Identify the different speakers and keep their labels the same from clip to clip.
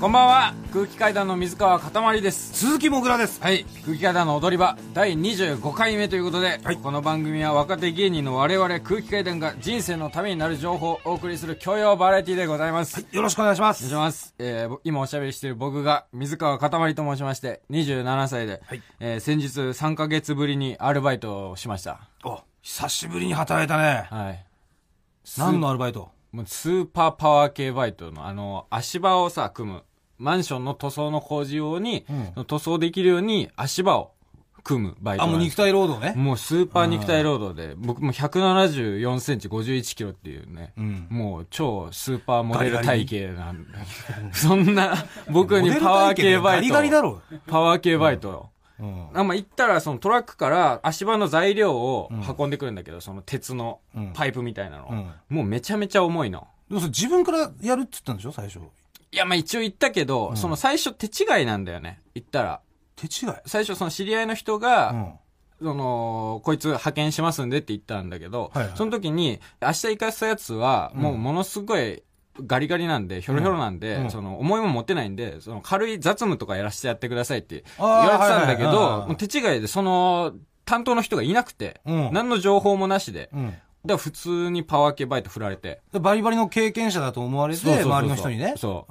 Speaker 1: こんばんは空気階段の水川かたまりです
Speaker 2: 鈴木もぐらです
Speaker 1: はい空気階段の踊り場第25回目ということで、
Speaker 2: はい
Speaker 1: この番組は若手芸人の我々空気階段が人生のためになる情報をお送りする教養バラエティでございます、
Speaker 2: よろしくお願いしま
Speaker 1: お願い
Speaker 2: す
Speaker 1: します、えーぼ今おしゃべりしている僕が水川かたまりと申しまして27歳で、
Speaker 2: はい
Speaker 1: えー先日3ヶ月ぶりにアルバイトをしました
Speaker 2: お久しぶりに働いたね
Speaker 1: はい
Speaker 2: 何のアルバイト
Speaker 1: もうスーパーパワー系バイトのあの足場をさ組むマンションの塗装の工事用に、塗装できるように足場を組むバイト
Speaker 2: あもう
Speaker 1: なんで
Speaker 2: 肉
Speaker 1: す
Speaker 2: 体労働ね
Speaker 1: もうスーパー肉体労働で、僕も174センチ51キロっていうね、
Speaker 2: ん
Speaker 1: もう超スーパーモデル
Speaker 2: ガリ
Speaker 1: 体
Speaker 2: ガ
Speaker 1: 型なんで、そんな僕にパワー系バイト、
Speaker 2: モデル体型でガリガリだろ
Speaker 1: パワー系バイト、
Speaker 2: うん
Speaker 1: あまあ、行ったらそのトラックから足場の材料を運んでくるんだけど、その鉄の
Speaker 2: うん
Speaker 1: パイプみたいなの、
Speaker 2: う
Speaker 1: もうめちゃめちゃ重いの。
Speaker 2: でもそれ自分からやるって言ったんでしょ最初
Speaker 1: いや、まあ一応行ったけど、その最初手違いなんだよね。行ったら。
Speaker 2: 手違い
Speaker 1: 最初その知り合いの人
Speaker 2: う
Speaker 1: が、
Speaker 2: ん
Speaker 1: その、こいつ派遣しますんでって言ったんだけど、
Speaker 2: はいはい
Speaker 1: その時に、明日行かせたやつは、もうものすごい、ガリガリなんで、ひょろひょろなんで、
Speaker 2: うん
Speaker 1: その、重いもん持ってないんで、その、軽い雑務とかやらせてやってくださいって
Speaker 2: あ
Speaker 1: 言われ
Speaker 2: ー
Speaker 1: てたんだけ
Speaker 2: はいはいはい
Speaker 1: ど
Speaker 2: は、い
Speaker 1: もう手違いで、その、担当の人がいなくて、
Speaker 2: うん
Speaker 1: 何の情報もなしで、
Speaker 2: うん
Speaker 1: だから普通にパワー系バイト振られて、
Speaker 2: でバリバリの経験者だと思われて
Speaker 1: そうそうそうそう
Speaker 2: 周りの人にね、
Speaker 1: そ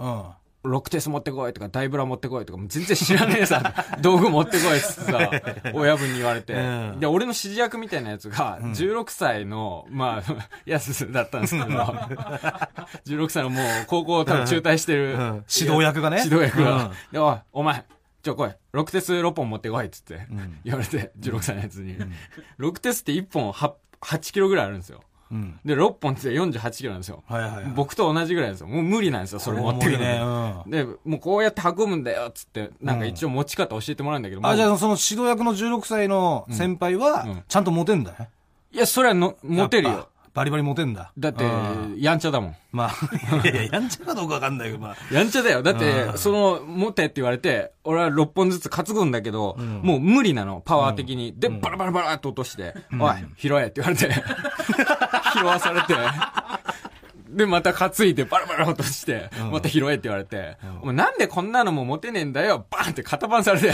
Speaker 1: う
Speaker 2: ん、
Speaker 1: ロクテス持ってこいとか、ダイブラ持ってこいとか、もう全然知らねえ さ、道具持ってこいっつってさ、親分に言われて。
Speaker 2: うん
Speaker 1: で、俺の指示役みたいなやつが、16歳の、まあ、 やつだったんですけど、16歳のもう高校を多分中退してる、
Speaker 2: うん指導役がね
Speaker 1: 指導役
Speaker 2: う
Speaker 1: が
Speaker 2: ん。
Speaker 1: で、おい、お前、ちょ、来い。ロクテス6本持ってこいっつって
Speaker 2: ん、
Speaker 1: 言われて、16歳のやつに。ロクテスって1本 8, 8キロぐらいあるんですよ。
Speaker 2: うん、
Speaker 1: で、6本って48キロなんですよ。
Speaker 2: はいはいはい
Speaker 1: 僕と同じぐらいなんですよ。もう無理なんですよ、それ持ってくるの。
Speaker 2: 重いね、うん
Speaker 1: で、もうこうやって運ぶんだよっつって、なんか一応持ち方教えてもらうんだけど、もう
Speaker 2: あ、じゃあ、その指導役の16歳の先輩
Speaker 1: うん
Speaker 2: は、ちゃんとモテんだね。
Speaker 1: いや、それはのモテる
Speaker 2: やっ
Speaker 1: よ。
Speaker 2: ぱ。バリバリモテんだ。
Speaker 1: だって
Speaker 2: うん、
Speaker 1: やんちゃだもん。
Speaker 2: まあ、い やいや、やんちゃかどうかわかんないけど、まあ。
Speaker 1: やんちゃだよ。だって、その、持てって言われて、俺は6本ずつ担ぐんだけど、もう無理なの、パワー的に。で、バラバラバラって落として、おい、拾えって言われ て、拾わされて、で、また担いでバラバラ落として、また拾えって言われて、お前なんでこんなのも持てねえんだよ、バーンって片番されて。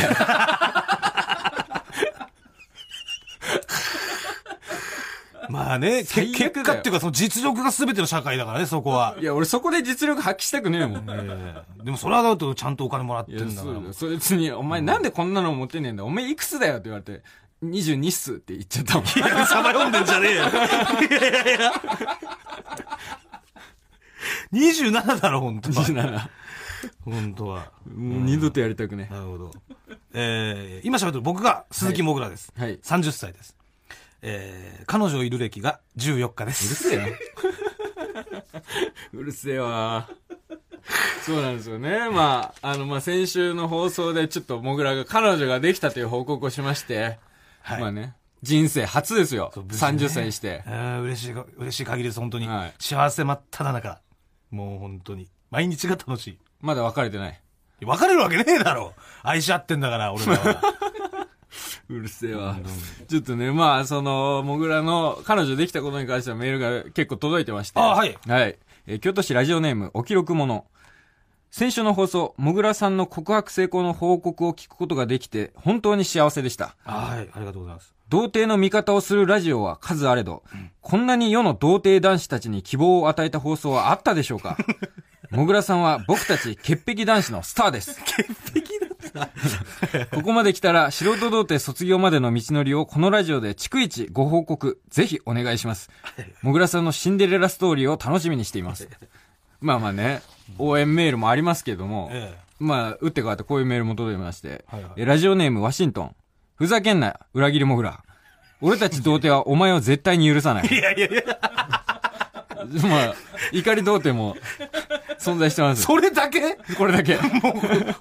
Speaker 2: まあね、け
Speaker 1: 最悪だよ
Speaker 2: 結果っていうか、その実力が全ての社会だからね、そ こは。
Speaker 1: いや、俺そこで実力発揮したくねえもん。
Speaker 2: でもそれはだってちゃんとお金もらって
Speaker 1: いや
Speaker 2: んだか
Speaker 1: そう
Speaker 2: ら
Speaker 1: だ。よそいつに、お前なんでこんなの持ってねえんだお前いくつだよって言われて、22っすって言っちゃったもん。
Speaker 2: さば読んでんじゃねえよ。いやいやいや。27だろ、本当は。
Speaker 1: 27。
Speaker 2: 本当は。
Speaker 1: もう二度とやりたくね
Speaker 2: なるほど。えー、今喋ってる僕が鈴木もぐらです。
Speaker 1: はいはい
Speaker 2: 30歳です。えー、彼女いる歴が14日で
Speaker 1: え。うる
Speaker 2: す。
Speaker 1: せえな。うるせえわ。そうなんですよね。まあ、あの、まあ、先週の放送でちょっとモグラが彼女ができたという報告をしまして、
Speaker 2: はい
Speaker 1: まあね、人生初ですよ。
Speaker 2: そう無事ね
Speaker 1: 30歳にして
Speaker 2: え。ー、嬉しいか、嬉しい限りです、本当に。
Speaker 1: はい
Speaker 2: 幸せ真っ只中。もう本当に。毎日が楽しい。
Speaker 1: まだ別れてない。
Speaker 2: 別れるわけねえだろ愛し合ってんだから、俺らは。
Speaker 1: うるせえわ。ちょっとね、まあ、その、もぐらの彼女できたことに関してはメールが結構届いてまして。
Speaker 2: あはい
Speaker 1: はい。えー京都市ラジオネーム、お記録者。先週の放送、もぐらさんの告白成功の報告を聞くことができて、本当に幸せでした。
Speaker 2: はい、ありがとうございます。
Speaker 1: 童貞の味方をするラジオは数あれど、こんなに世の童貞男子たちに希望を与えた放送はあったでしょう かもぐらさんは僕たち潔癖男子のスターです。潔癖男子ここまで来たら素人童貞卒業までの道のりをこのラジオで逐一ご報告、ぜひお願いします。もぐらさんのシンデレラストーリーを楽しみにしています。まあまあね、応援メールもありますけども、
Speaker 2: え
Speaker 1: まあ、打って変わってこういうメールも届いまして、
Speaker 2: はいはい
Speaker 1: えラジオネームワシントン。ふざけんな、裏切りもぐら。俺たち童貞 はお前を絶対に許さない。
Speaker 2: え。いやいやいや、
Speaker 1: まあ、怒り童貞も存在してます。
Speaker 2: それだけ
Speaker 1: これだけ。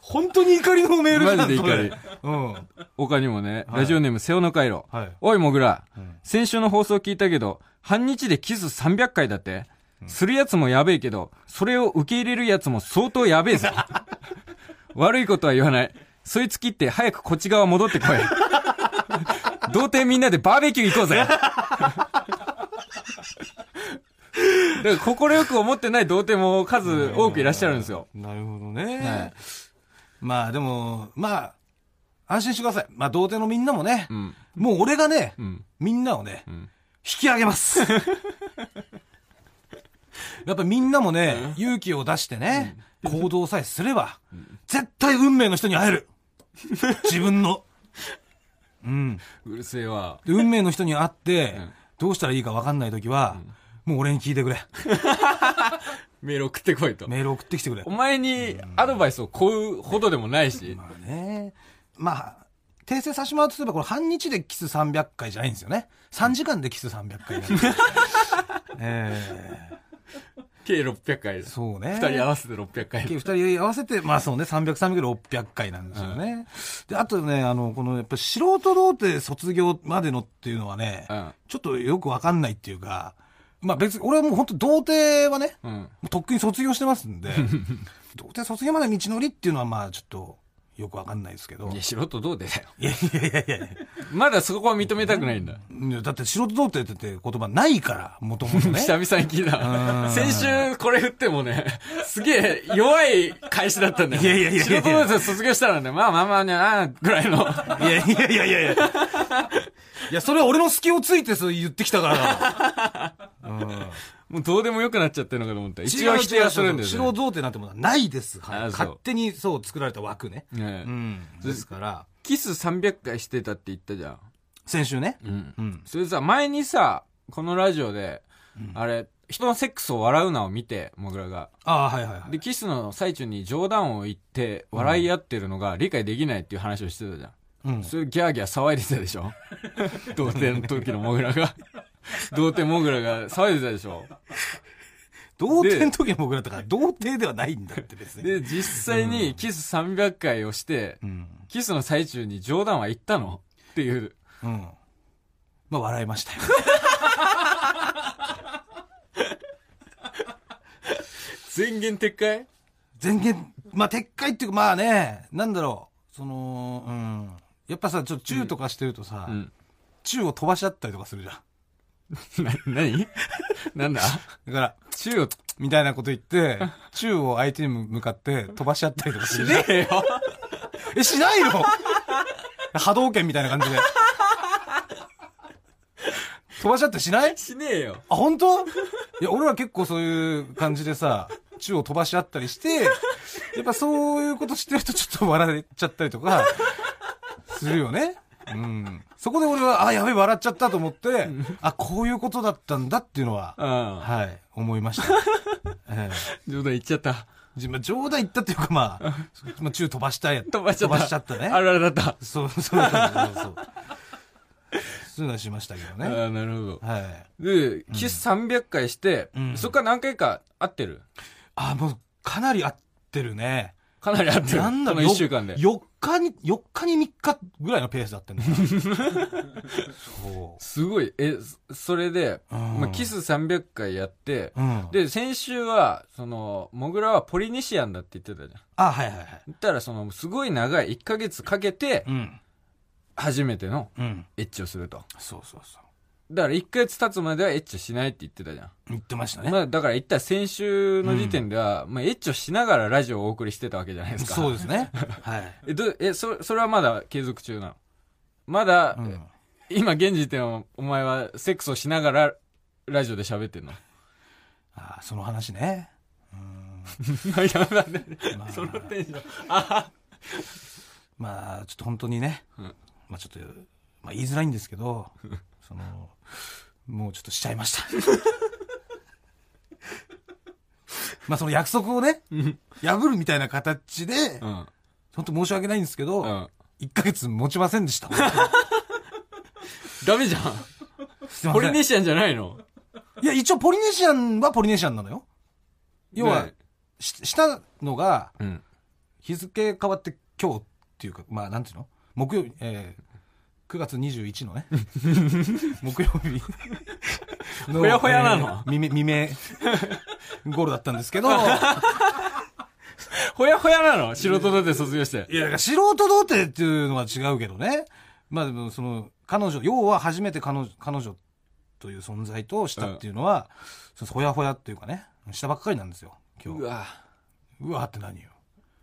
Speaker 2: 本当に怒りのメールじゃん
Speaker 1: マジで怒り
Speaker 2: それうん。
Speaker 1: 他にもね、ラジオネームセオの回路。
Speaker 2: はい
Speaker 1: おいもぐら、先週の放送聞いたけど、半日でキス300回だって。するやつもやべえけど、それを受け入れるやつも相当やべ えぞ。悪いことは言わない。そいつ切って早くこっち側戻ってこい。 童貞みんなでバーベキュー行こうぜ。だから快く思ってない童貞も数多くいらっしゃるんですよ。
Speaker 2: なるほどね。
Speaker 1: はい
Speaker 2: まあでも、まあ、安心してください。まあ、童貞のみんなもね、
Speaker 1: うん。
Speaker 2: もう俺がね、
Speaker 1: うん。
Speaker 2: みんなをね、
Speaker 1: ん
Speaker 2: 引き上 げます。やっぱみんなもね、勇気を出してね、行動さえすれば、絶対運命の人に会える。自分の。うん。
Speaker 1: うるせえわ。
Speaker 2: で運命の人に会って、
Speaker 1: ん
Speaker 2: どうしたらいいか分かんない時は、もう俺に聞いてくれ。
Speaker 1: メール送ってこいと。
Speaker 2: メール送ってきてくれ
Speaker 1: お。前にアドバイスをこうほどでもないし。
Speaker 2: まあね。まあ、訂正させてもらうとすれば、これ半日でキス300回じゃないんですよね。3時間でキス300回な んですよえ
Speaker 1: 計600回で
Speaker 2: ー
Speaker 1: す。
Speaker 2: そうね。
Speaker 1: 二人合わせて600回
Speaker 2: 計。二人合わせて、まあそうね、300、300で600回なんですよね。で、あとね、あの、この、やっぱ素人童貞卒業までのっていうのはね、
Speaker 1: うん。
Speaker 2: ちょっとよくわかんないっていうか、まあ別に、俺はもう本当童貞はね、
Speaker 1: うん。
Speaker 2: もうとっくに卒業してます んで、童貞卒業までの道のりっていうのはまあちょっと、よくわかんないですけど。
Speaker 1: いや、素人どうでだよ。
Speaker 2: いやいやいやいやいや
Speaker 1: まだそこは認めたくないんだ。
Speaker 2: いやだって素人童貞って言葉ないから、もともとね。
Speaker 1: 久々に聞いた。
Speaker 2: うん
Speaker 1: 先週これ振ってもね、すげえ弱い返しだったんだよ。
Speaker 2: いやいやいやいや
Speaker 1: 仕事のやつ卒業したらね、まあまあまあね、ああ、ぐらい の。
Speaker 2: いやいやいやいやいや。いや、それは俺の隙をついてそう言ってきた から。うん
Speaker 1: もうどうでもよくなっちゃってるのかと思った。一応否定はするんだ
Speaker 2: 素人
Speaker 1: よね。
Speaker 2: 童貞なんてものはないです。はい
Speaker 1: あそう
Speaker 2: 勝手にそう作られた枠ね。
Speaker 1: ねえ
Speaker 2: うん。ですから、
Speaker 1: キス300回してたって言ったじゃん。
Speaker 2: 先週ね。
Speaker 1: うん。
Speaker 2: うん。
Speaker 1: それさ、前にさ、このラジオで、あれ、人のセックスを笑うなを見て、もぐらが。
Speaker 2: ああ、はいはいはい
Speaker 1: で、。キスの最中に冗談を言って、笑い合ってるのが理解できないっていう話をしてたじゃん。
Speaker 2: うん。
Speaker 1: それギャーギャー騒いでたでし ょ童貞の時のモグラが。童貞モグラが騒いでたでしょ
Speaker 2: 童貞の時の僕らだから、童貞ではないんだって別に。
Speaker 1: で、実際にキス300回をして、
Speaker 2: うん。
Speaker 1: キスの最中に冗談は言ったのっていう。
Speaker 2: うん。まあ、笑いましたよ。
Speaker 1: 全言撤回
Speaker 2: 全言、まあ、撤回っていうか、まあね、なんだろう、その、うん。やっぱさ、ちょっとチューとかしてるとさ、
Speaker 1: うん。
Speaker 2: チューを飛ばし合ったりとかするじゃん。
Speaker 1: な、なになんだ
Speaker 2: だから、
Speaker 1: チューを
Speaker 2: みたいなこと言って、チューを相手に向かって飛ばし合ったりとかするじゃん。
Speaker 1: えよ
Speaker 2: え、しないの波動拳みたいな感じで。飛ばし合ってしない
Speaker 1: しねえよ
Speaker 2: あ、本当？いや、俺ら結構そういう感じでさ、宙を飛ばし合ったりして、やっぱそういうことしてるとちょっと笑っちゃったりとか、するよね。うん。そこで俺は、あ、やべえ、笑っちゃったと思って、あ、こういうことだったんだっていうのは、
Speaker 1: うん。
Speaker 2: はい、思いました。ええ
Speaker 1: 冗談言っちゃった。
Speaker 2: じまあ冗談言ったっていうか、まあ、まあ、宙飛ばしたや
Speaker 1: 飛ばしちゃった。
Speaker 2: 飛ばしちゃったね。
Speaker 1: あららだった。
Speaker 2: そう、そう、そう、そう。そういうのはしましたけど
Speaker 1: あ
Speaker 2: ね。
Speaker 1: あ、なるほど。
Speaker 2: はい。
Speaker 1: で、キス300回して、
Speaker 2: うん
Speaker 1: そっから何回か会ってる
Speaker 2: あ、もう、かなり合ってるね。
Speaker 1: かなり会ってる。
Speaker 2: なんだ
Speaker 1: こ
Speaker 2: ろ
Speaker 1: の
Speaker 2: う、
Speaker 1: 1週間で。
Speaker 2: 4日に、4日に3日ぐらいのペースだったんだから。そ
Speaker 1: すごい。え、そそれで、
Speaker 2: う。うん
Speaker 1: まあ、キ。ス300回やって、
Speaker 2: うん。で、
Speaker 1: で、先週は、その、モグラはポリネシアンだって言ってたじゃん。
Speaker 2: あ、はいはいはい。
Speaker 1: 言ったら、その、すごい長い1ヶ月かけて
Speaker 2: う、ん。
Speaker 1: 初めての
Speaker 2: うん。
Speaker 1: エッチをすると。
Speaker 2: そうそうそう。
Speaker 1: だから1ヶ月経つまではエッチをしないって言ってたじゃん。
Speaker 2: 言ってましたね。
Speaker 1: まあ、だから言ったら先週の時点では、まあ、エッチをしながらラジオをお送りしてたわけじゃないですか。。
Speaker 2: そうですすね。はい。
Speaker 1: え、ど、え、そ、それはまだ継続中なのまだ、
Speaker 2: うん
Speaker 1: 今現時点はお前はセックスをしながらラジオで喋ってんの
Speaker 2: あ、その話ね。うん。
Speaker 1: やばいね
Speaker 2: まあ
Speaker 1: そのテンション。
Speaker 2: まあ、ちょっと本当にね。
Speaker 1: うん
Speaker 2: まあちょっと、まあ言いづらいんです けど、その、もうちょっとしちゃいました。まあその約束をね、破るみたいな形で、
Speaker 1: うん。
Speaker 2: 本当申し訳ないんですけど、
Speaker 1: うん。
Speaker 2: 1ヶ月持ちません でした。
Speaker 1: ダメじゃん。
Speaker 2: すいま
Speaker 1: ポ
Speaker 2: せ
Speaker 1: リ
Speaker 2: ん。
Speaker 1: ネシアンじゃないの
Speaker 2: いや、一応ポリネシアンはポリネシアンなのよ。要は、
Speaker 1: ね
Speaker 2: ししたのが、
Speaker 1: うん。
Speaker 2: 日付変わって今日っていうか、まあ、なんていうの木曜日、えー、9月21のね。 木曜日の。
Speaker 1: ほやほやなの
Speaker 2: えー未明、未明、ゴールだったんで すけど、い
Speaker 1: ほやほやなの素人だって卒業して。
Speaker 2: や、だから素人童貞っていうのは違うけどね。まあ、でもその、彼女、要は初めて彼女、彼女という存在としたっていうのは、そのほやほやっていうかね、したばっかりなんですよ、今日。
Speaker 1: う
Speaker 2: うわ
Speaker 1: わ
Speaker 2: って何よ。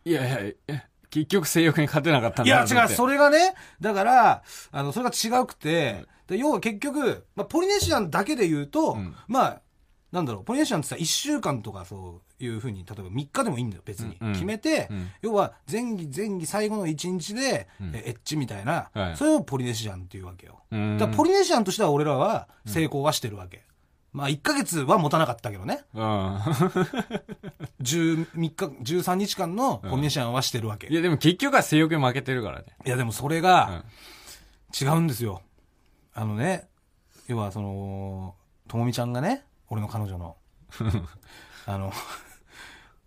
Speaker 1: いやいや、結局性欲に勝てなかったん
Speaker 2: い
Speaker 1: だ
Speaker 2: や
Speaker 1: なと思
Speaker 2: 違
Speaker 1: っ
Speaker 2: う、
Speaker 1: て
Speaker 2: それがね、だから、あの、それが違くて、で要は結局、まあ、ポリネシアンだけで言うと、
Speaker 1: うん
Speaker 2: まあ、なんだろう、ポリネシアンってさ、1週間とかそういうふうに、例えば3日でもいいんだよ、別に。
Speaker 1: うんうん
Speaker 2: 決めて、
Speaker 1: うん
Speaker 2: 要は前儀、前儀最後の1日で、
Speaker 1: うん
Speaker 2: えエッチみたいな、
Speaker 1: はい
Speaker 2: それをポリネシアンっていうわけよ。
Speaker 1: うん
Speaker 2: だからポリネシアンとしては俺らは成功はしてるわけ。まあ、1ヶ月は持たなかったけどね。
Speaker 1: うん。
Speaker 2: 13日、13日間のポリネシアンはしてるわけ。
Speaker 1: いや、でも結局は性欲に負けてるからね。
Speaker 2: いやでもそれが、違うんですよ。あのね、要はその、ともみちゃんがね、俺の彼女の、あの、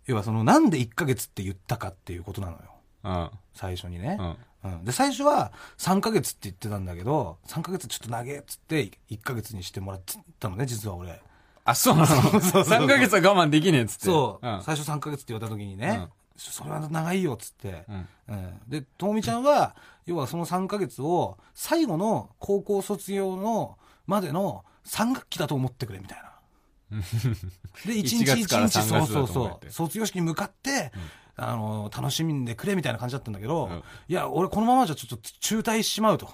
Speaker 2: 要はその、なんで1ヶ月って言ったかっていうことなのよ。
Speaker 1: うん。
Speaker 2: 最初にね
Speaker 1: う。ん。
Speaker 2: うん、で、最初は3ヶ月って言ってたんだけど、3ヶ月ちょっと投げっつって、1ヶ月にしてもらってたのね、実は俺。
Speaker 1: あ、そうなの
Speaker 2: うそうそう
Speaker 1: ?3 ヶ月は我慢できねえっつって。
Speaker 2: そう、
Speaker 1: うん。
Speaker 2: 最初3ヶ月って言われた時にね、
Speaker 1: うん
Speaker 2: それは長いよっつって、
Speaker 1: うん
Speaker 2: うんで、ともみちゃんは、要はその3ヶ月を、最後の高校卒業の、までの3学期だと思ってくれ、みたいな。 で、1日1
Speaker 1: 1月から
Speaker 2: 日、
Speaker 1: 3
Speaker 2: そう
Speaker 1: 月
Speaker 2: そ
Speaker 1: だ
Speaker 2: う
Speaker 1: と思
Speaker 2: そ
Speaker 1: って
Speaker 2: う、卒業式に向かって、あの、楽しんでくれ、みたいな感じだったんだけど、
Speaker 1: うん
Speaker 2: いや、俺このままじゃちょっと中退しちまうと。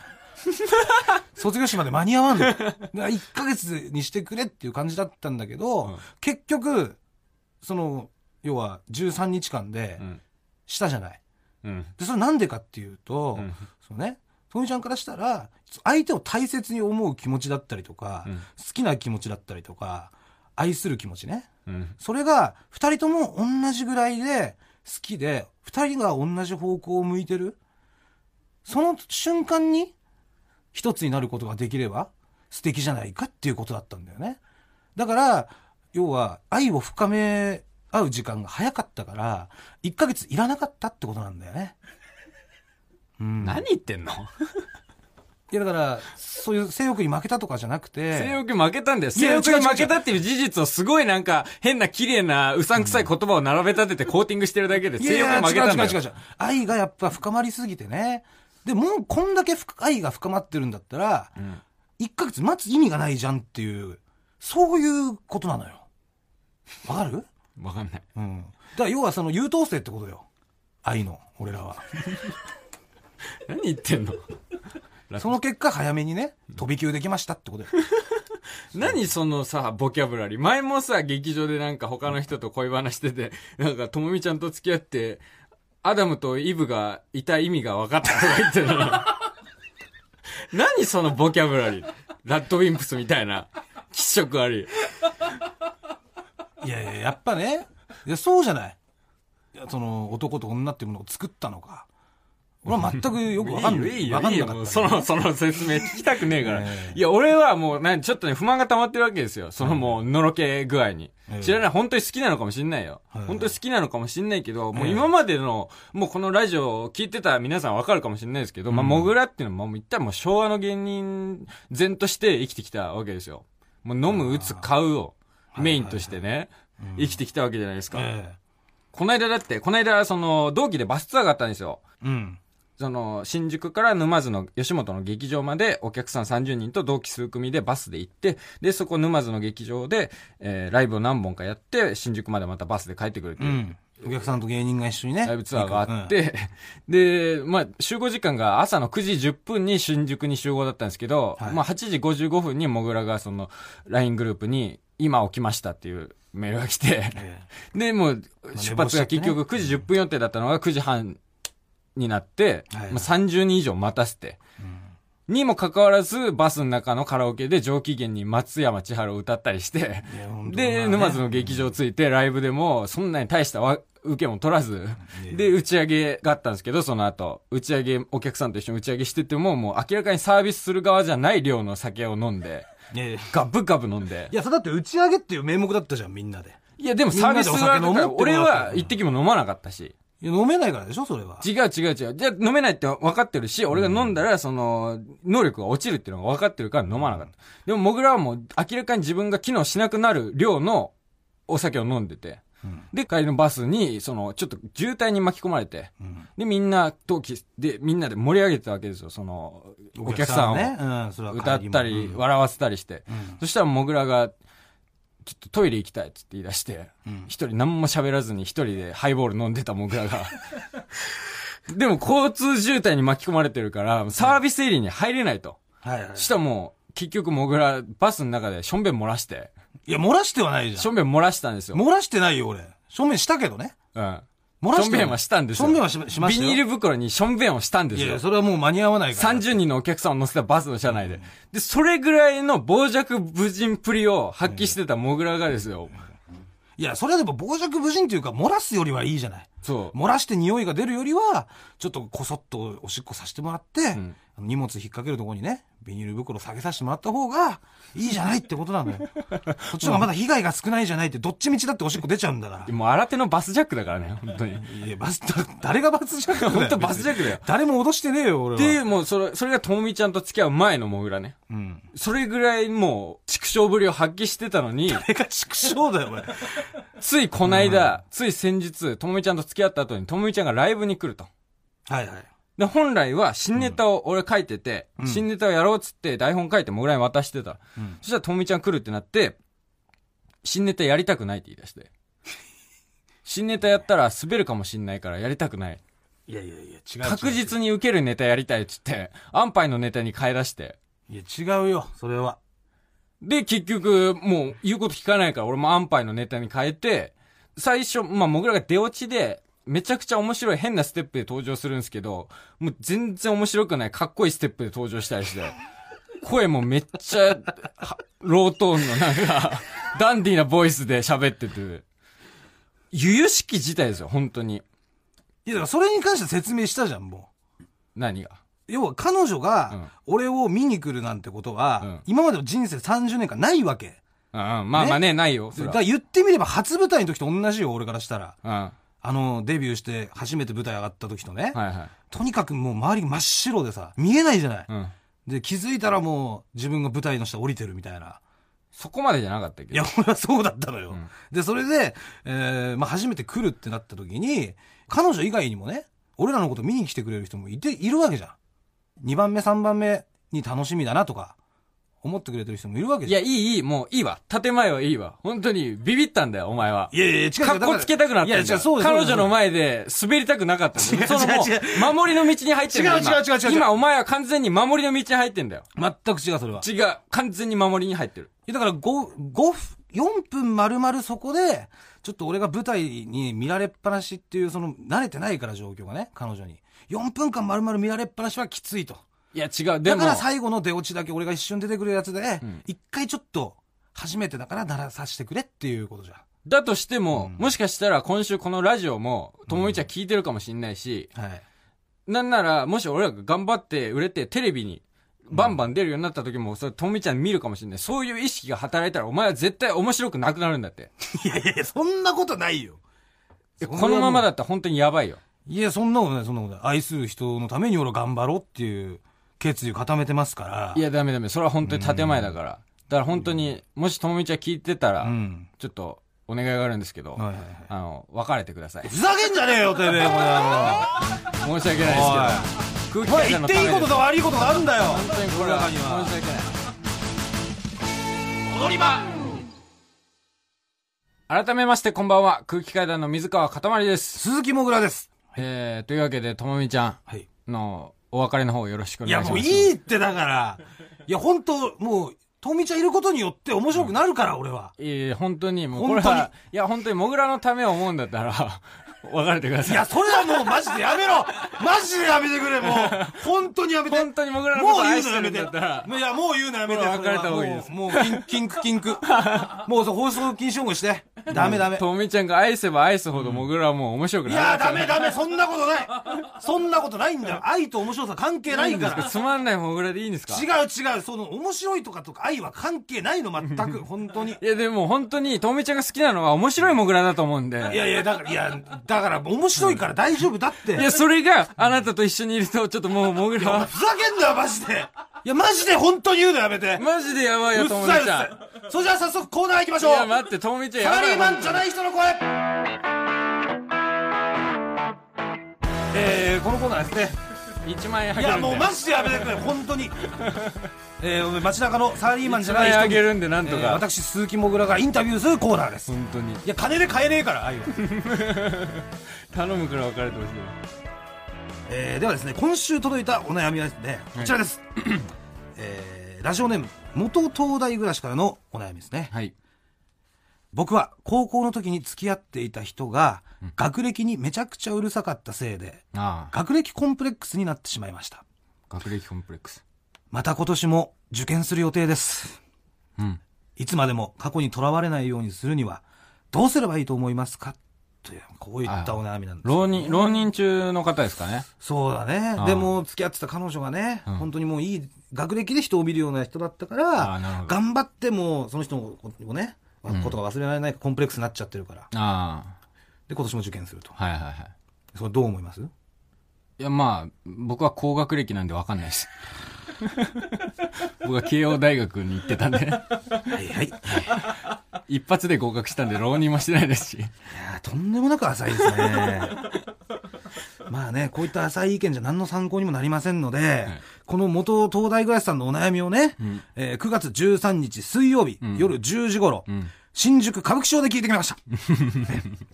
Speaker 2: 卒業式まで間に合わんの。だから1ヶ月にしてくれっていう感じだったんだけど、
Speaker 1: うん
Speaker 2: 結局、その、要は13日間で
Speaker 1: うん。
Speaker 2: したじゃない。
Speaker 1: うん。
Speaker 2: で、それなんでかっていうと、
Speaker 1: うん
Speaker 2: そのね、トミちゃんからしたら、相手を大切に思う気持ちだったりとか、
Speaker 1: うん
Speaker 2: 好きな気持ちだったりとか、愛する気持ちね。
Speaker 1: うん。
Speaker 2: それが、二人とも同じぐらいで好きで、二人が同じ方向を向いてる。その瞬間に、一つになることができれば、素敵じゃないかっていうことだったんだよね。だから、要は、愛を深め合う時間が早かったから、一ヶ月いらなかったってことなんだよね。うん。
Speaker 1: 何言ってんの
Speaker 2: いやだから、そういう性欲に負けたとかじゃなくて。
Speaker 1: 性欲に負けたんだよ。
Speaker 2: い
Speaker 1: 性
Speaker 2: や
Speaker 1: 欲に負けたっていう事実をすごいなんか変な綺麗なうさんくさい言葉を並べ立ててコーティングしてるだけで
Speaker 2: いや
Speaker 1: 性
Speaker 2: い
Speaker 1: 欲
Speaker 2: や
Speaker 1: に負けたんだ
Speaker 2: 違う違う
Speaker 1: よ。
Speaker 2: 違う違う。愛がやっぱ深まりすぎてね。で、もうこんだけ深愛が深まってるんだったら、
Speaker 1: うん
Speaker 2: 1ヶ月待つ意味がないじゃんっていう、そういうことなのよ。わかる
Speaker 1: わかんない。
Speaker 2: うん。だから要はその優等生ってことよ。愛の、俺らは。
Speaker 1: 何言ってんの
Speaker 2: その結果早めにね、飛び級できましたってことよ。
Speaker 1: 何そのさ、ボキャブラリー。前もさ、劇場でなんか他の人と恋話してて、 なんか、ともみちゃんと付き合って、アダムとイブがいた意味が分かったとか言ってたの。 何そのボキャブラリー。ラッドウィンプスみたいな。気色悪い。
Speaker 2: いやいや、やっぱね、いや、そうじゃない。いやその、男と女っていうものを作ったのか。俺は全くよくわかんない。
Speaker 1: いいよ、
Speaker 2: わか
Speaker 1: いい
Speaker 2: ん
Speaker 1: よ、
Speaker 2: なかった
Speaker 1: も
Speaker 2: ね
Speaker 1: うその、そ の説明聞きたくねえから。
Speaker 2: え
Speaker 1: いや、俺はもう、なんちょっとね、不満が溜まってるわけですよ。そのもう、のろけ具合に
Speaker 2: え。え
Speaker 1: 知らない、本当に好きなのかもしんないよ。
Speaker 2: はい
Speaker 1: 本当に好きなのかもしんないけど、もう
Speaker 2: ええ
Speaker 1: 今までの、もうこのラジオを聞いてた皆さんわかるかもしんないですけど、まあ、
Speaker 2: うん
Speaker 1: モグラっていうのはもう一旦もう昭和の芸人前として生きてきたわけですよ。もう飲む、打つ、買うをメインとしてね、生きてきたわけじゃないですか。
Speaker 2: え
Speaker 1: この間だって、この間、その、同期でバスツアーがあったんですよ。
Speaker 2: えうん。
Speaker 1: その、新宿から沼津の吉本の劇場までお客さん30人と同期数組でバスで行って、で、そこ沼津の劇場で、えーライブを何本かやって、新宿までまたバスで帰ってくるって
Speaker 2: う
Speaker 1: いう。
Speaker 2: ん。お客さんと芸人が一緒にね。
Speaker 1: ライブツアーがあって、 で、まあ、集合時間が朝の9時10分に新宿に集合だったんですけど、
Speaker 2: はい
Speaker 1: まあ、8時55分にモグラがその、LINE グループに、今起きましたっていうメールが来て、
Speaker 2: うん。え
Speaker 1: で、もう、出発が結局9時10分予定だったのが9時半になって、
Speaker 2: はいはい
Speaker 1: まあ30人以上待たせて。
Speaker 2: えうん
Speaker 1: にもかかわらず、バスの中のカラオケで上機嫌に松山千春を歌ったりして、
Speaker 2: いやほんとまあ
Speaker 1: で、
Speaker 2: ね
Speaker 1: 沼津の劇場ついて、ライブでも、そんなに大したわ受けも取らず、
Speaker 2: うん
Speaker 1: で、打ち上げがあったんですけど、その後、打ち上げ、お客さんと一緒に打ち上げしてても、もう明らかにサービスする側じゃない量の酒を飲んで、
Speaker 2: いやいや
Speaker 1: ガブガブ飲んで
Speaker 2: い、や、それだって打ち上げっていう名目だったじゃん、みんなで。
Speaker 1: いや、でもサービスする側だ
Speaker 2: みん
Speaker 1: か
Speaker 2: なでお酒飲
Speaker 1: ら
Speaker 2: もうっ
Speaker 1: 俺
Speaker 2: て思わなかった
Speaker 1: は一滴も飲まなかったし、
Speaker 2: いや飲めないからでしょ、それは。
Speaker 1: 違う違う違う。じゃあ飲めないって分かってるし、俺が飲んだら、その、能力が落ちるっていうのが分かってるから飲まなかった。でも、モグラはもう明らかに自分が機能しなくなる量のお酒を飲んでて。
Speaker 2: うん
Speaker 1: で、帰りのバスに、その、ちょっと渋滞に巻き込まれて、
Speaker 2: うん
Speaker 1: で、みんな、陶器で、みんなで盛り上げてたわけですよ、その、お客さんを。
Speaker 2: ね、うん
Speaker 1: 歌ったり、、笑わせたりして。そしたら、モグラが、ちょっとトイレ行きたいっつって言い出して、一人何も喋らずに一人でハイボール飲んでたモグラが。 でも、交通渋滞に巻き込まれてるから、サービスエリアに入れないと。
Speaker 2: はいはい。
Speaker 1: そしたらもう、結局モグラ、バスの中でしょんべん漏らして、
Speaker 2: いや、漏らしてはない
Speaker 1: し
Speaker 2: じゃ
Speaker 1: ょ
Speaker 2: ん。
Speaker 1: んべん漏らしたんですよ。
Speaker 2: 漏らしてないよ、俺。正面したけどね。
Speaker 1: うん。
Speaker 2: 漏らして
Speaker 1: しょんべんはしたんですよ。
Speaker 2: しょんべんはししましたよ
Speaker 1: ビニール袋にしょんべんをしたんで
Speaker 2: い
Speaker 1: す
Speaker 2: やい
Speaker 1: よ
Speaker 2: や、。それはもう間に合わないから。
Speaker 1: 30人のお客さんを乗せたバスの車内で。で、それぐらいの傍若無人っぷりを発揮してたモグラがですよ。
Speaker 2: いや、それはでも傍若無人というか、漏らすよりはいいじゃない。
Speaker 1: そう。
Speaker 2: 漏らして匂いが出るよりは、ちょっとこそっとおしっこさせてもらって、
Speaker 1: ん
Speaker 2: あの荷物引っ掛けるところにね、ビニール袋下げさせてもらった方が、いいじゃないってことなんだよ。 そっちの方がまだ被害が少ないじゃないって、どっちみちだっておしっこ出ちゃうんだから
Speaker 1: で。もう新手のバスジャックだからね、本当に。
Speaker 2: いや、バス、だ誰がバスジャックだよ
Speaker 1: 本当バスジャックだよ。
Speaker 2: 誰も脅してねえよ、俺は。
Speaker 1: で、もうそれ、それがともみちゃんと付き合う前のモグラね。
Speaker 2: うん。
Speaker 1: それぐらいもう、畜生ぶりを発揮してたのに、
Speaker 2: てか、畜生だよ、お前。
Speaker 1: ついこの間、つい先日、ともみちゃんと付き合った後に、ともみちゃんがライブに来ると。
Speaker 2: はいはい。
Speaker 1: で、本来は新ネタを俺書いてて、
Speaker 2: うん
Speaker 1: 新ネタをやろうっつって台本書いてもぐらい渡してた。
Speaker 2: うん
Speaker 1: そしたらともみちゃん来るってなって、新ネタやりたくないって言い出して。新ネタやったら滑るかもしんないからやりたくない。
Speaker 2: いやいやいや、違う。
Speaker 1: 確実
Speaker 2: に。
Speaker 1: に受けるネタやりたいっつって、安牌のネタに変え出して。
Speaker 2: いや、違うよ、それは。
Speaker 1: で、結局、もう言うこと聞かないから俺も安牌のネタに変えて、最初、まあ、もぐらが出落ちで、めちゃくちゃ面白い変なステップで登場するんですけど、もう全然面白くないかっこいいステップで登場したりして、声もめっちゃ、はロートーンのなんか、ダンディーなボイスで喋ってて、ゆゆしき自体ですよ、本当に。
Speaker 2: いや、だからそれに関して説明したじゃん、も
Speaker 1: 何が。
Speaker 2: う。要は、彼女が、俺を見に来るなんてことは、
Speaker 1: うん
Speaker 2: 今までの人生30年間ないわけ。
Speaker 1: うんうん、まあまあね、ないよ。そ
Speaker 2: だ
Speaker 1: れ
Speaker 2: から言ってみれば、初舞台の時と同じよ、俺からしたら。
Speaker 1: は
Speaker 2: あの、デビューして、初めて舞台上がった時とね。
Speaker 1: うん。はいはい。
Speaker 2: とにかくもう周り真っ白でさ、見えないじゃない。
Speaker 1: うん。
Speaker 2: で、気づいたらもう、自分が舞台の下降りてるみたいな。
Speaker 1: そこまでじゃなかったけど。
Speaker 2: いや、俺はそうだったのよ。
Speaker 1: ん
Speaker 2: で、それで、えーまあ、初めて来るってなった時に、彼女以外にもね、俺らのこと見に来てくれる人もいて、いるわけじゃん。2番目、3番目に楽しみだなとか、思ってくれてる人もいるわけ
Speaker 1: い
Speaker 2: じゃ
Speaker 1: や、
Speaker 2: ん。
Speaker 1: いい、いい、もういいわ。建前はいいわ。本当に、ビビったんだよ、お前は。
Speaker 2: いやいや、違う違う
Speaker 1: かっこつけたくなったんだよ。
Speaker 2: いや、違う、そうです
Speaker 1: 彼女の前
Speaker 2: 前。
Speaker 1: で滑りたくなかったんだよ。
Speaker 2: 違う
Speaker 1: そのも
Speaker 2: 違う
Speaker 1: う、守りの道に入ってんだよ。今
Speaker 2: 違う違う違う違う
Speaker 1: 今、お前は完全に守りの道に入ってんだよ。
Speaker 2: 全く違う、それは。い
Speaker 1: 違う。完全に守りに入ってる。
Speaker 2: や、だから5、5、4分丸々そこで、ちょっと俺が舞台に見られっぱなしっていう、その、慣れてないから状況がね、彼女に。4分間丸々見られっぱなしはきついと。
Speaker 1: いや、違う。で
Speaker 2: だ
Speaker 1: も
Speaker 2: か、ら最後の出落ちだけ俺が一瞬出てくるやつで
Speaker 1: うん、
Speaker 2: 一、回ちょっと、初めてだからならさせてくれっていうことじゃ
Speaker 1: だとしても、
Speaker 2: うん
Speaker 1: もしかしたら今週このラジオも、ともみちゃん聞いてるかもしんないし、
Speaker 2: ん。はい。
Speaker 1: なんなら、もし俺らが頑張って売れてテレビに、バンバン出るようになった時も、それ、ともみちゃん見るかもしれない。そういう意識が働いたら、お前は絶対面白くなくなるんだって。
Speaker 2: いやいやいや、そんなことないよ。
Speaker 1: いやこのままだ
Speaker 2: っ
Speaker 1: ったら本当にやばいよ。
Speaker 2: いや、そんなことない、そんなことない。愛する人のために俺は頑張ろうっていう決意を固めてますから。
Speaker 1: いや、ダメダメ。それは本当に建前だから。だから本当に、もしともみちゃん聞いてたら、
Speaker 2: うん。
Speaker 1: ちょっと、お願いがあるんですけど、
Speaker 2: はいはいはい。
Speaker 1: あの、別れてください。
Speaker 2: ふざけんじゃねえよ、てめえ、こ
Speaker 1: 申し
Speaker 2: の野
Speaker 1: 訳ない
Speaker 2: 郎。
Speaker 1: です
Speaker 2: お
Speaker 1: けど、空
Speaker 2: い。お前
Speaker 1: 気
Speaker 2: 言
Speaker 1: 感
Speaker 2: っ
Speaker 1: の
Speaker 2: て
Speaker 1: ため
Speaker 2: いい
Speaker 1: です
Speaker 2: ことと悪いことがあるんだよ。
Speaker 1: 本当にこれは、
Speaker 2: 中
Speaker 1: 申
Speaker 2: に
Speaker 1: し
Speaker 2: は。
Speaker 1: 訳ない。
Speaker 2: 踊り場
Speaker 1: 改めまして、こんばんは。空気階段の水川かたまりです。
Speaker 2: 鈴木もぐらです。
Speaker 1: えー、というわけで、ともみちゃ
Speaker 2: はい。
Speaker 1: んのお別れの方よろしくお
Speaker 2: い
Speaker 1: 願
Speaker 2: や、
Speaker 1: いし
Speaker 2: もう
Speaker 1: ます。
Speaker 2: いいってだから。いや、本当もう、とみちゃんいることによって面白くなるから、俺は。
Speaker 1: いや本当に、もうこれ
Speaker 2: 本当
Speaker 1: は、いや、本当に、もぐらのためを思うんだったら、 別れてくだ
Speaker 2: い
Speaker 1: さい。
Speaker 2: や、それはもうマジでやめろマジでやめてく れ、もう本当にやめても
Speaker 1: 本当にもぐらのこ
Speaker 2: う
Speaker 1: と
Speaker 2: 言
Speaker 1: 愛
Speaker 2: う
Speaker 1: し
Speaker 2: の
Speaker 1: て
Speaker 2: や
Speaker 1: る
Speaker 2: め
Speaker 1: ん
Speaker 2: て。
Speaker 1: だったら、
Speaker 2: いや、もう言うのやめて。
Speaker 1: もう別れた
Speaker 2: そは
Speaker 1: 方がいいです
Speaker 2: もう、もうキンキンクキン ク。もうそう放送禁止用語して。ダメダメ。
Speaker 1: ともみちゃんが愛せば愛すほどもぐらはもう面白く
Speaker 2: い
Speaker 1: ない。
Speaker 2: や、ダメダメ、そんなことないそんなことないんだよ。愛と面白さ関係ないから。
Speaker 1: つまんないもぐらでいいんですか
Speaker 2: 違う違う、その、面白いとかとか愛は関係ないの、全く。本当に。
Speaker 1: いや、でも本当に、ともみちゃんが好きなのは面白いもぐらだと思うんで。
Speaker 2: いやいや、だから、いや、だから、面白いから大丈夫だって。
Speaker 1: いや、それが、あなたと一緒にいると、ちょっともう、もぐら
Speaker 2: お前
Speaker 1: は、
Speaker 2: ふざけんなよ、マジで。いや、マジで本当に言うのやめて。
Speaker 1: マジでやばいよ、
Speaker 2: うっ
Speaker 1: ともみ
Speaker 2: さいうっ
Speaker 1: ちゃん。
Speaker 2: さい。それじゃあ早速コーナー行きまし
Speaker 1: い
Speaker 2: ょう。
Speaker 1: や、待って、ともみちゃんや
Speaker 2: サ
Speaker 1: ば
Speaker 2: ラ
Speaker 1: い。
Speaker 2: リーマンじゃないい人の声えー、このコーナーですね。
Speaker 1: !1 万円あ
Speaker 2: い
Speaker 1: げるん
Speaker 2: や、
Speaker 1: で。
Speaker 2: もうマジでやめてくれ、本当に。 えー、街中のサラリーマンじ
Speaker 1: 1
Speaker 2: ゃな
Speaker 1: 万
Speaker 2: い
Speaker 1: 円
Speaker 2: 人
Speaker 1: あ
Speaker 2: に
Speaker 1: げるんで、なんと
Speaker 2: えー
Speaker 1: か。
Speaker 2: 私、鈴木もぐらがインタビューするコーナーです。い
Speaker 1: 本当に。
Speaker 2: や、金で買えねえから、愛は。
Speaker 1: 頼むから別れてほしい。
Speaker 2: えーではですね今週届いたお悩みはですねこちらです、 えーラジオネーム元東大暮らしからのお悩みですね
Speaker 1: はい。
Speaker 2: 僕は高校の時に付き合っていた人が学歴にめちゃくちゃうるさかったせいで
Speaker 1: ああ。
Speaker 2: 学歴コンプレックスになってしまいました
Speaker 1: 学歴コンプレックス。
Speaker 2: また今年も受験する予定です
Speaker 1: うん。
Speaker 2: いつまでも過去にとらわれないようにするにはどうすればいいと思いますかというこういったお悩みなんです
Speaker 1: 浪人、浪人中の方ですかね。
Speaker 2: そうだね
Speaker 1: あ。あ
Speaker 2: でも、付き合ってた彼女がね、
Speaker 1: うん
Speaker 2: 本当にもういい学歴で人を見るような人だったか
Speaker 1: ああなる
Speaker 2: ら
Speaker 1: ほ、ど
Speaker 2: 頑張ってもうその人ををね、
Speaker 1: ん
Speaker 2: ことが忘れられないコンプレックスになっちゃってるから。
Speaker 1: あ
Speaker 2: で、今年も受験すると
Speaker 1: あ。。はいはいはい。
Speaker 2: それどう思 います
Speaker 1: いや、まあ、僕は高学歴なんでわかんないです。僕は慶応大学に行ってたんで、
Speaker 2: はいはい。いや
Speaker 1: 一発で合格したんで浪人もしてないですし。
Speaker 2: ーとんでもなく浅いですね。 まあね、こういった浅い意見じゃ何の参考にもなりませんので、この元東大暮らしさんのお悩みをね、
Speaker 1: ん
Speaker 2: えー9月13日水曜日、
Speaker 1: ん
Speaker 2: 夜10時頃、
Speaker 1: うん。
Speaker 2: 新宿歌舞伎町で聞いてきました。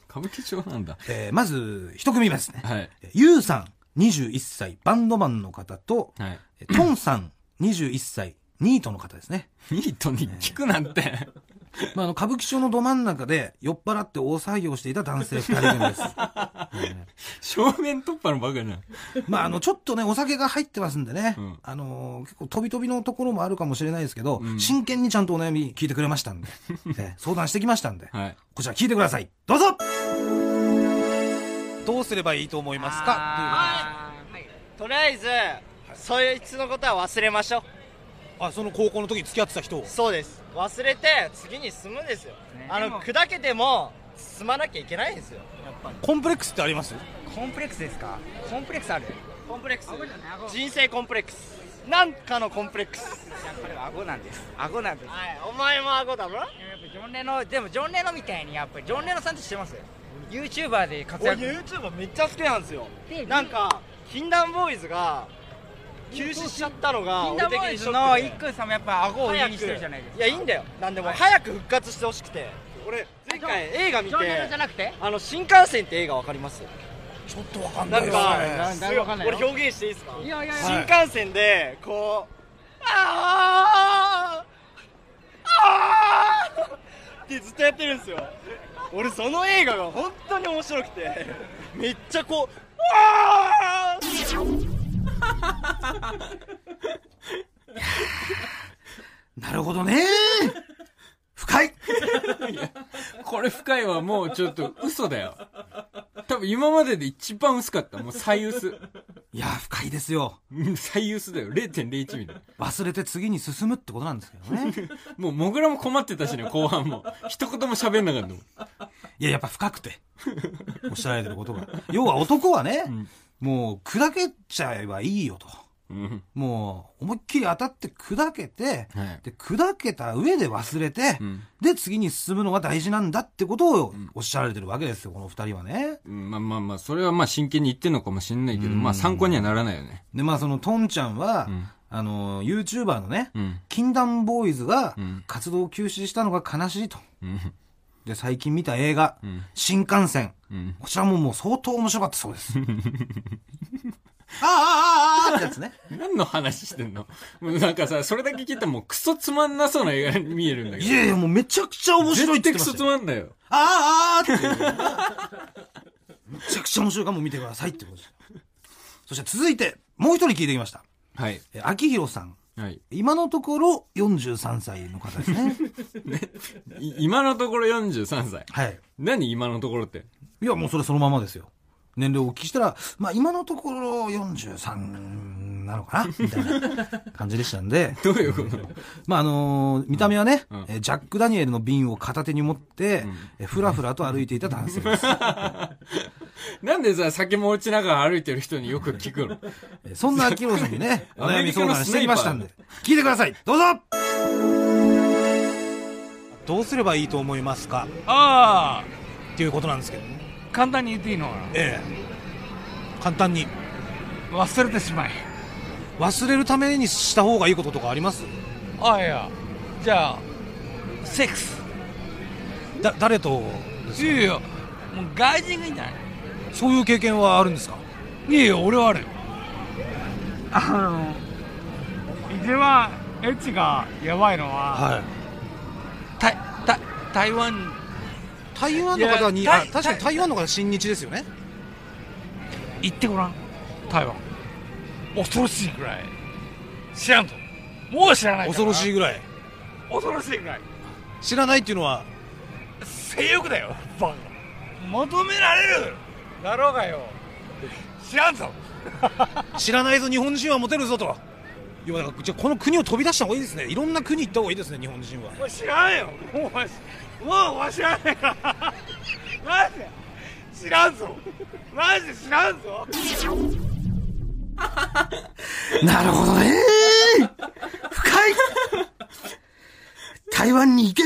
Speaker 1: 歌舞伎町なんだ。
Speaker 2: えーまず、一組目ですね。
Speaker 1: はい。
Speaker 2: ゆうさん、21歳、バンドマンの方と、
Speaker 1: はい。
Speaker 2: えトンさん、21歳、ニートの方ですね。
Speaker 1: ニートに聞くなんて。
Speaker 2: まあ、あの、歌舞伎町のど真ん中で酔っ払って大騒ぎをしていた男性2人組です。
Speaker 1: 正面突破のバカじゃん。
Speaker 2: まあ、あの、ちょっとね、お酒が入ってますんでね、
Speaker 1: うん
Speaker 2: あのー結構飛び飛びのところもあるかもしれないですけど、
Speaker 1: うん
Speaker 2: 真剣にちゃんとお悩み聞いてくれましたんで、ね相談してきましたんで、
Speaker 1: はい。
Speaker 2: こちら聞いてください。どうぞどうすればいいと思いますか
Speaker 3: とりあえず、そいつのことは忘れましょう
Speaker 2: あ、その高校の時付き合ってた人を。
Speaker 3: そうです忘れて次に進むんですよ、あの砕けても進まなきゃいけないんですよ
Speaker 2: コンプレックスってあります
Speaker 3: コンプレックスですかコンプレックスあるコンプレックス人生コンプレックスなんかのコンプレックス
Speaker 4: やっぱり顎なんです顎なんです
Speaker 3: はいお前も顎だろ
Speaker 4: やっぱジョン・レノでもジョン・レノみたいにやっぱりジョン・レノさんって知ってます YouTuber で活
Speaker 3: 俺
Speaker 4: 躍
Speaker 3: YouTuber めっちゃ好きなんですよ
Speaker 4: で
Speaker 3: なんか禁断ボーイズが休止しちゃったのが
Speaker 4: キン
Speaker 3: 俺
Speaker 4: ダー
Speaker 3: 的
Speaker 4: ボー
Speaker 3: に
Speaker 4: イ
Speaker 3: シ
Speaker 4: ズ
Speaker 3: ョ
Speaker 4: の
Speaker 3: ックで
Speaker 4: 一君さんもやっぱ顎を
Speaker 3: 早
Speaker 4: 上
Speaker 3: く
Speaker 4: にしてるじゃないですか
Speaker 3: やいいんだよなんでも
Speaker 4: はい
Speaker 3: 早く復活してほしくて俺前回映画見
Speaker 4: ジョン・レノじゃ
Speaker 3: て
Speaker 4: なくて
Speaker 3: あの新幹線って映画わかります
Speaker 2: ちょっとわかん
Speaker 3: なん
Speaker 4: な
Speaker 3: か
Speaker 4: んだよわかんないよ
Speaker 3: 俺表現していいですか
Speaker 4: いやいやいや
Speaker 3: 新幹線でこうあーあーってずっとやってるんですよ俺その映画が本当に面白くてめっちゃこうあー
Speaker 2: なるほどね。深い。
Speaker 1: これ深いはもうちょっと嘘だよ。多分今までで一番薄かった。もう最薄。
Speaker 2: いや、深いですよ。
Speaker 1: うん最薄だよ。0.01ミリ。
Speaker 2: 忘れて次に進むってことなんですけどね。
Speaker 1: もう、モグラも困ってたしね、後半も。一言も喋んなかったもん。
Speaker 2: いや、やっぱ深くて。 おっしゃられてることが。要は男はね、
Speaker 1: ん
Speaker 2: もう砕けちゃえばいいよと。
Speaker 1: うん。
Speaker 2: もう、思いっきり当たって砕けて、
Speaker 1: はい
Speaker 2: で、砕けた上で忘れて、
Speaker 1: うん
Speaker 2: で、次に進むのが大事なんだってことをおっしゃられてるわけですよ、この二人はね。
Speaker 1: うんまあまあまあ、それはまあ真剣に言ってんのかもしんないけど、
Speaker 2: うん
Speaker 1: まあ参考にはならないよね。
Speaker 2: で、まあその、トンちゃんは、
Speaker 1: うん
Speaker 2: あの、YouTuber のね、
Speaker 1: うん。
Speaker 2: 禁断ボーイズが
Speaker 1: うん
Speaker 2: 活動を休止したのが悲しいと。
Speaker 1: うん。
Speaker 2: で、最近見た映画、
Speaker 1: うん
Speaker 2: 新幹線。
Speaker 1: うん。
Speaker 2: こちらももう相当面白かったそうです。ああああああってやつね。
Speaker 1: 何の話してんのもうなんかさ、それだけ聞いたらもうクソつまんなそうな映画に見えるんだけ
Speaker 2: い
Speaker 1: ど。
Speaker 2: やいや、もうめちゃくちゃ面白いって言って
Speaker 1: 絶対
Speaker 2: ま
Speaker 1: クソつまん
Speaker 2: したよ。
Speaker 1: だよ。
Speaker 2: あああああって。めちゃくちゃ面白いからもう見てくださいってことですよ。そして続いて、もう一人聞いてきました。
Speaker 1: はい。
Speaker 2: え、秋広さん。
Speaker 1: はい。
Speaker 2: 今のところ43歳の方ですね。
Speaker 1: い今のところ43歳。
Speaker 2: はい。
Speaker 1: 何今のところって。
Speaker 2: いや、もうそれそのままですよ。年齢をお聞きしたら、まあ今のところ43なのかなみたいな感じでしたんで。
Speaker 1: どういうこと
Speaker 2: まああのー見た目はね、
Speaker 1: うん
Speaker 2: えージャック・ダニエルの瓶を片手に持って、えーふらふらと歩いていた男性です。
Speaker 1: なんでさ、酒も落ちながら歩いてる人によく聞 くの
Speaker 5: そんな秋郎さんに ね、お悩み相談してきましたん
Speaker 1: ア
Speaker 5: で、聞いてくださいどうぞどうすればいいと思いますか
Speaker 4: あ
Speaker 5: っていうことなんですけどね。
Speaker 4: あ簡単に言っていいのか
Speaker 5: ええ。簡単に。
Speaker 4: な忘れてしまい
Speaker 5: 忘れるためにした方がいいこととかあります
Speaker 4: ああいやじゃあセックス
Speaker 5: だ、誰と
Speaker 4: いやいやもう外人がいいんじゃない
Speaker 5: そういう経験はあるんですか
Speaker 4: いやいや俺はあるよあの一番エッチがやばいのは、
Speaker 5: はい。
Speaker 4: たた台湾
Speaker 5: 台湾の方
Speaker 4: い
Speaker 5: に、
Speaker 4: や
Speaker 5: あ
Speaker 4: 台
Speaker 5: 確かに台湾の方が親日ですよね。
Speaker 4: 行ってごらん台湾恐ろしいぐらい知らんともう知らない
Speaker 5: 恐ろしい
Speaker 4: い
Speaker 5: ぐらい。
Speaker 4: 恐ろしいぐらい
Speaker 5: 知らないっていうのは、
Speaker 4: 性欲だよバカ求められるだろうがよ知らんぞ
Speaker 5: 知らないぞ日本人はモテるぞといやだからじゃあこの国を飛び出した方がいいですねいろんな国行った方がいいですね日本人は
Speaker 4: お前知らんよもうお前もうお前知らないから マジで知らんぞマジで知らんぞ
Speaker 2: なるほどね深い台湾に行け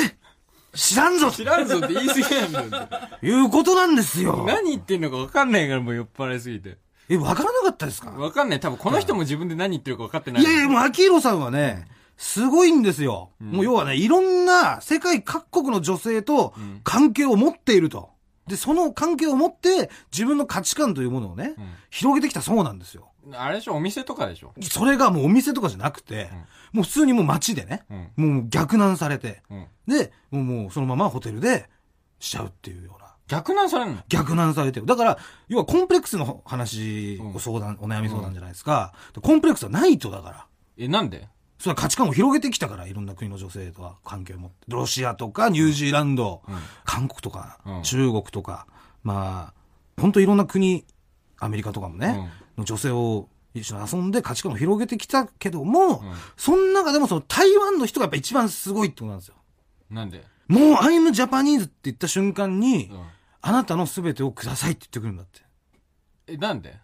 Speaker 2: 知らんぞ
Speaker 1: 知らんぞって言い過ぎなんだよ。
Speaker 2: ということなんですよ。
Speaker 1: 何言ってんのか分かんないからもう酔っ払いすぎて。
Speaker 2: え、わからなかったですか
Speaker 1: 分かんない。多分この人も自分で何言ってるか分かってない。
Speaker 2: いやいや、もう、秋広さんはね、すごいんですよ。もう、要はね、いろんな世界各国の女性と関係を持っていると。で、その関係を持って、自分の価値観というものをね、広げてきたそうなんですよ。
Speaker 1: あれでしょお店とかでしょ
Speaker 2: それがもうお店とかじゃなくて、もう普通にもう街でね、もう逆難されて、
Speaker 1: ん
Speaker 2: で、もうもうそのままホテルでしちゃうっていうような。
Speaker 1: 逆なんそれなの
Speaker 2: 逆難されてる。だから、要はコンプレックスの話、ご相談、お悩み相談じゃないですか。でコンプレックスはないとだから。
Speaker 1: え、なんで
Speaker 2: それは価値観を広げてきたから、いろんな国の女性とは関係を持って。ロシアとか、ニュージーランド、韓国とか、
Speaker 1: うん
Speaker 2: 中国とか、まあ、本当いろんな国、アメリカとかもね、の女性を一緒に遊んで価値観を広げてきたけども、その中でもその台湾の人がやっぱ一番すごいってことなんですよ。
Speaker 1: なんで
Speaker 2: もう、アイムジャパニーズって言った瞬間に、
Speaker 1: うん
Speaker 2: あなたの全てをくださいって言ってくるんだって。
Speaker 1: え、なんで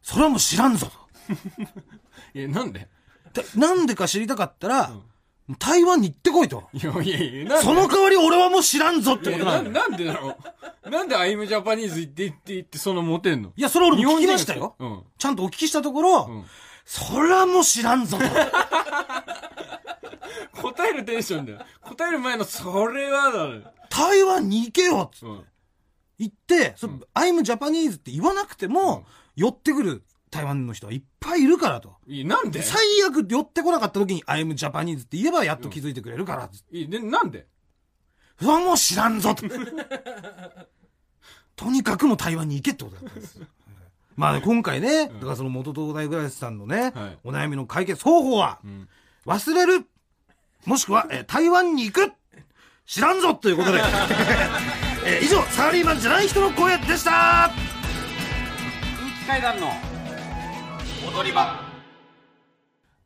Speaker 2: それはもう知らんぞと。
Speaker 1: え、なんで
Speaker 2: でなんでか知りたかったら、台湾に行ってこいと。
Speaker 1: いやいやいや、なんで
Speaker 2: その代わり俺はもう知らんぞって
Speaker 1: え
Speaker 2: ことなんだよ。
Speaker 1: なんでだろうなんでアイムジャパニーズ行って行って行ってそのモテんの
Speaker 2: いや、それ俺も聞きましたよ。
Speaker 1: うん。
Speaker 2: ちゃんとお聞きしたところ、
Speaker 1: ん
Speaker 2: そりゃもう知らんぞと。
Speaker 1: 答えるテンションだよ。答える前のそれはだろ。
Speaker 2: 台湾に行けよっつ
Speaker 1: うん。
Speaker 2: 言って、そのアイムジャパニーズって言わなくても、
Speaker 1: うん
Speaker 2: 寄ってくる台湾の人はいっぱいいるからと。
Speaker 1: いやなんで
Speaker 2: 最悪寄ってこなかった時にアイムジャパニーズって言えばやっと気づいてくれるからっつって。
Speaker 1: いやで、なんで
Speaker 2: それはもう知らん ぞと。とにかくもう台湾に行けってことだったんですよ。まあね、今回ね、だからその元東大グラスさんのね、
Speaker 1: はい
Speaker 2: お悩みの解決方法は、
Speaker 1: ん
Speaker 2: 忘れるもしくは、えー台湾に行く知らんぞとい うことで、えー以上、サラリーマンじゃない人の声でした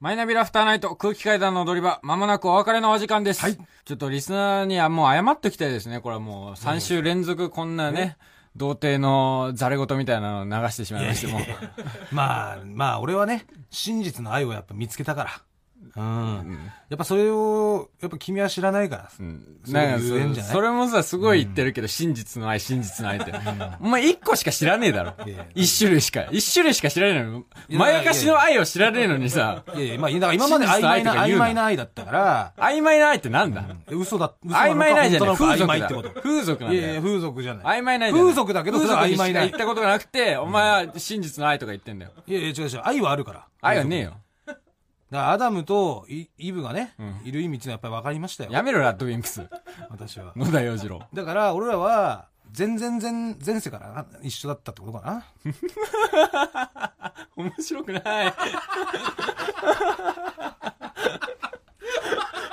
Speaker 1: マイナビラフターナイト空気階段の踊り場、まもなくお別れのお時間です。ちょっとリスナーにはもう謝っときたいですね。これはもう3週連続こんなね、童貞のザレ言みたいなのを流してしまいまして、もう。
Speaker 5: まあまあ俺はね真実の愛をやっぱ見つけたからうん、やっぱそれをやっぱ君は知らないから、
Speaker 1: うん
Speaker 5: それ
Speaker 1: なんか
Speaker 5: 言えんじゃない
Speaker 1: それもさ、すごい言ってるけど、真実の愛、真実の愛って。お前一個しか知らねえだろ
Speaker 5: いや。
Speaker 1: 一種類しか。一種類しか知らねえのに。まやかしの愛を知らねえのにさ、
Speaker 5: いやいやまあだから今まで
Speaker 1: 真実
Speaker 5: 曖
Speaker 1: の愛
Speaker 5: 昧
Speaker 1: と
Speaker 5: な
Speaker 1: か言
Speaker 5: 曖
Speaker 1: うな
Speaker 5: 昧な愛だったから
Speaker 1: 曖昧な愛ってなんだ
Speaker 5: え嘘だ嘘
Speaker 1: 曖昧な愛じゃない。
Speaker 5: 本当
Speaker 1: 風
Speaker 5: のか曖昧
Speaker 1: 俗
Speaker 5: ってこ
Speaker 1: だ。
Speaker 5: と
Speaker 1: 風俗なん
Speaker 5: い
Speaker 1: だ
Speaker 5: やいや
Speaker 1: よ。
Speaker 5: 風俗じゃない
Speaker 1: 曖昧ないじゃない
Speaker 5: 風俗だけどそ
Speaker 1: 風
Speaker 5: れは曖
Speaker 1: 俗にしか
Speaker 5: 昧な愛
Speaker 1: 行ったことがなくて、お前は真実の愛とか言ってんだよ。
Speaker 5: いやいや違う違う愛はあるから
Speaker 1: 愛はねえよ。
Speaker 5: だからアダムとイイブがね、いる意味っていうのはやっぱり分かりましたよ
Speaker 1: やめろ、ラッドウィンプス。
Speaker 5: 私は
Speaker 1: 野田洋次郎。
Speaker 5: だから俺らは全然前前世から一緒だったってことかな
Speaker 1: 面白く ない。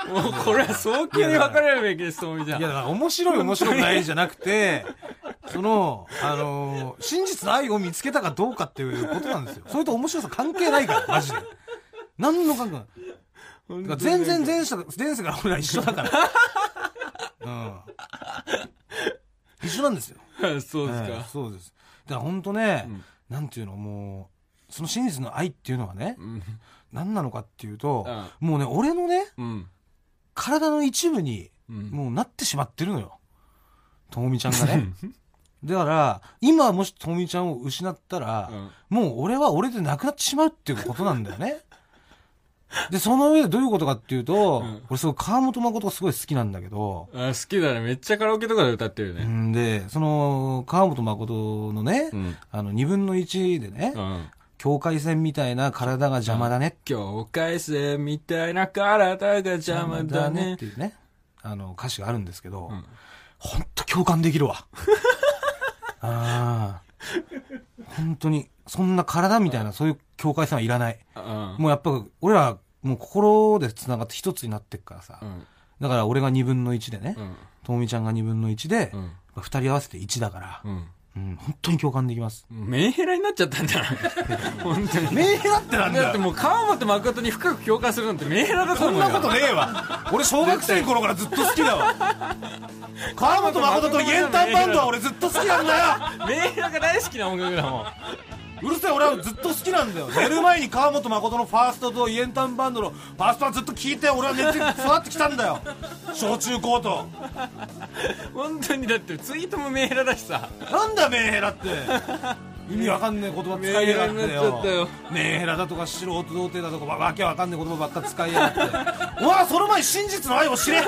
Speaker 1: もうこれは早急に別れるべきです、ともみちゃ
Speaker 5: いや、だか
Speaker 1: ん。
Speaker 5: ら面白い面白くないじゃなくて、その、あのー真実の愛を見つけたかどうかっていうことなんですよ。それと面白さ関係ないから、マジで。何の関係もない。だから全然前世、前世から俺ら一緒だから。うん。一緒なんですよ。
Speaker 1: そうです
Speaker 2: ええ
Speaker 1: か。
Speaker 2: そうです。だから本当ね、なんていうの、もう、その真実の愛っていうのはね、
Speaker 1: うん。
Speaker 2: 何なのかっていうと、もうね、俺のね、
Speaker 1: うん。
Speaker 2: 体の一部に、
Speaker 1: うん
Speaker 2: もうなってしまってるのよ。ともみちゃんがね。だから、今もしともみちゃんを失ったら、
Speaker 1: うん
Speaker 2: もう俺は俺でなくなってしまうっていうことなんだよ ね。で、その上でどういうことかっていうと、
Speaker 1: ん
Speaker 2: 俺すごい川本誠がすごい好きなんだけど、
Speaker 1: あ好きだね。めっちゃカラオケとかで歌ってる
Speaker 2: う
Speaker 1: ね。
Speaker 2: んで、その、川本誠のね、
Speaker 1: ん。
Speaker 2: あの、二分の一でね、
Speaker 1: うん。
Speaker 2: 境界線みたいな体が邪魔だね、
Speaker 1: 境界線みたいな体が邪魔だね
Speaker 2: っ。ていうね、あの、歌詞があるんですけど、
Speaker 1: ん
Speaker 2: ほんと共感できるわ。 ああ。本当に、そんな体みたいな、そういう境界線はいらない。
Speaker 1: うん。
Speaker 2: もうやっぱ、俺ら、もう心で繋がって一つになってっからさ。
Speaker 1: うん。
Speaker 2: だから俺が二分の一でね
Speaker 1: う、ん。
Speaker 2: ともみちゃんが二分の一で
Speaker 1: う、ん。
Speaker 2: 二人合わせて一だから、
Speaker 1: うん。
Speaker 2: うん、本当に共感できます。
Speaker 1: メンヘラになっちゃったん じゃない本当に。
Speaker 2: メンヘラってなんだ
Speaker 1: だってもう川本誠に深く共感するなんてメンヘラだと
Speaker 2: そ
Speaker 1: 思
Speaker 2: ん
Speaker 1: うよ
Speaker 2: なことねえわ俺小学生の頃からずっと好きだわ 川本誠とイエンタンバンドは俺ずっと好きなんだ
Speaker 1: メンヘラが大好きな音楽だもん
Speaker 2: ようるせえ俺はずっと好きなんだよ寝る前に川本誠のファーストとイエンタンバンドのファーストはずっと聞いて俺は寝て座ってきたんだよ小中高と
Speaker 1: 本当にだってツイートもメンヘラだしさ
Speaker 2: なんだメンヘラって意味わかんねえ言葉使いやが
Speaker 1: メ
Speaker 2: って
Speaker 1: ンヘラになっちゃった
Speaker 2: よ
Speaker 1: よ
Speaker 2: メンヘラだとか素人童貞だとかわわけわかんねえ言葉ばっか使いやがってお前はその前に真実の愛を知れ
Speaker 1: う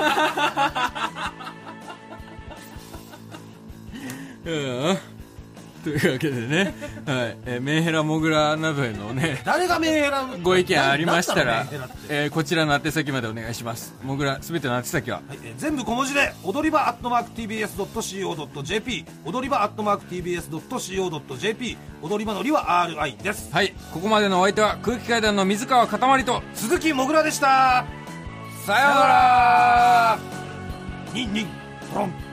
Speaker 1: んというわけでね、はいえーメンヘラモグラなどへのね
Speaker 2: 誰がメンヘラ
Speaker 1: ご意見ありました
Speaker 2: な
Speaker 1: ら
Speaker 2: んだろうねメンヘラって、
Speaker 1: えーこちらの宛先までお願いしますモグラすべての宛先は
Speaker 2: はいえー全部小文字で踊り場アットマーク TBS.CO.JP 踊り場アットマーク TBS.CO.JP 踊り場のりは RI です
Speaker 1: はいここまでのお相手は空気階段の水川かたまりと
Speaker 2: 鈴木もぐらでした
Speaker 1: さようなら
Speaker 2: ニンニントロン